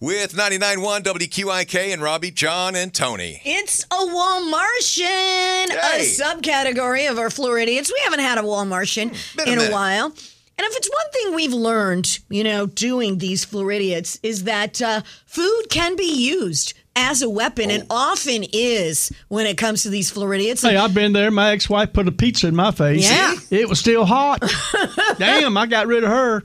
with 99.1 WQIK and Robbie, John, and Tony. It's a Walmartian, Hey. a subcategory of our Floridians. We haven't had a Walmartian been a in a, minute. while. And if it's one thing we've learned, you know, doing these Floridians is that uh, food can be used as a weapon and Oh. often is when it comes to these Floridians. Hey, I've been there. My ex-wife put a pizza in my face. Yeah. It was still hot. Damn, I got rid of her.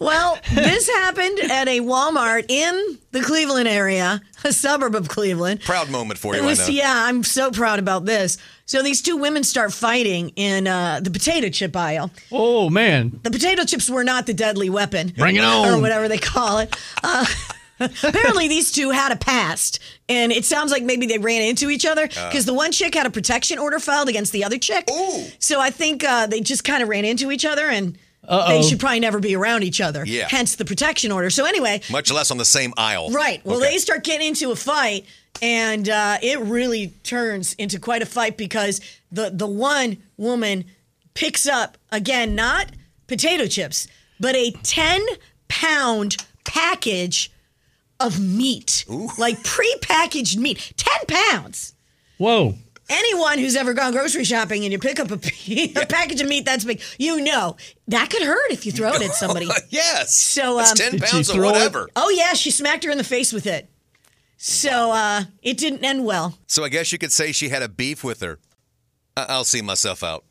Well, this happened at a Walmart in the Cleveland area, a suburb of Cleveland. Proud moment for you, It I was- know. yeah, I'm so proud about this. So these two women start fighting in uh, the potato chip aisle. Oh man. The potato chips were not the deadly weapon. Bring it on. Or whatever they call it. Uh, apparently, these two had a past, and it sounds like maybe they ran into each other Uh. because the one chick had a protection order filed against the other chick. Ooh. So I think uh, they just kind of ran into each other, and they should probably never be around each other. Yeah. Hence the protection order. So anyway, Much less on the same aisle. Right. Well, Okay. they start getting into a fight, and uh, it really turns into quite a fight because the the one woman picks up again not potato chips, but a ten pound package of meat, like prepackaged meat, ten pounds. Whoa. Anyone who's ever gone grocery shopping and you pick up a, p- a package of meat that's big, you know that could hurt if you throw it at somebody. Yes. So, That's um, 10 Did she pounds of throw it? whatever. Oh yeah, she smacked her in the face with it. So uh, it didn't end well. So I guess you could say she had a beef with her. I- I'll see myself out.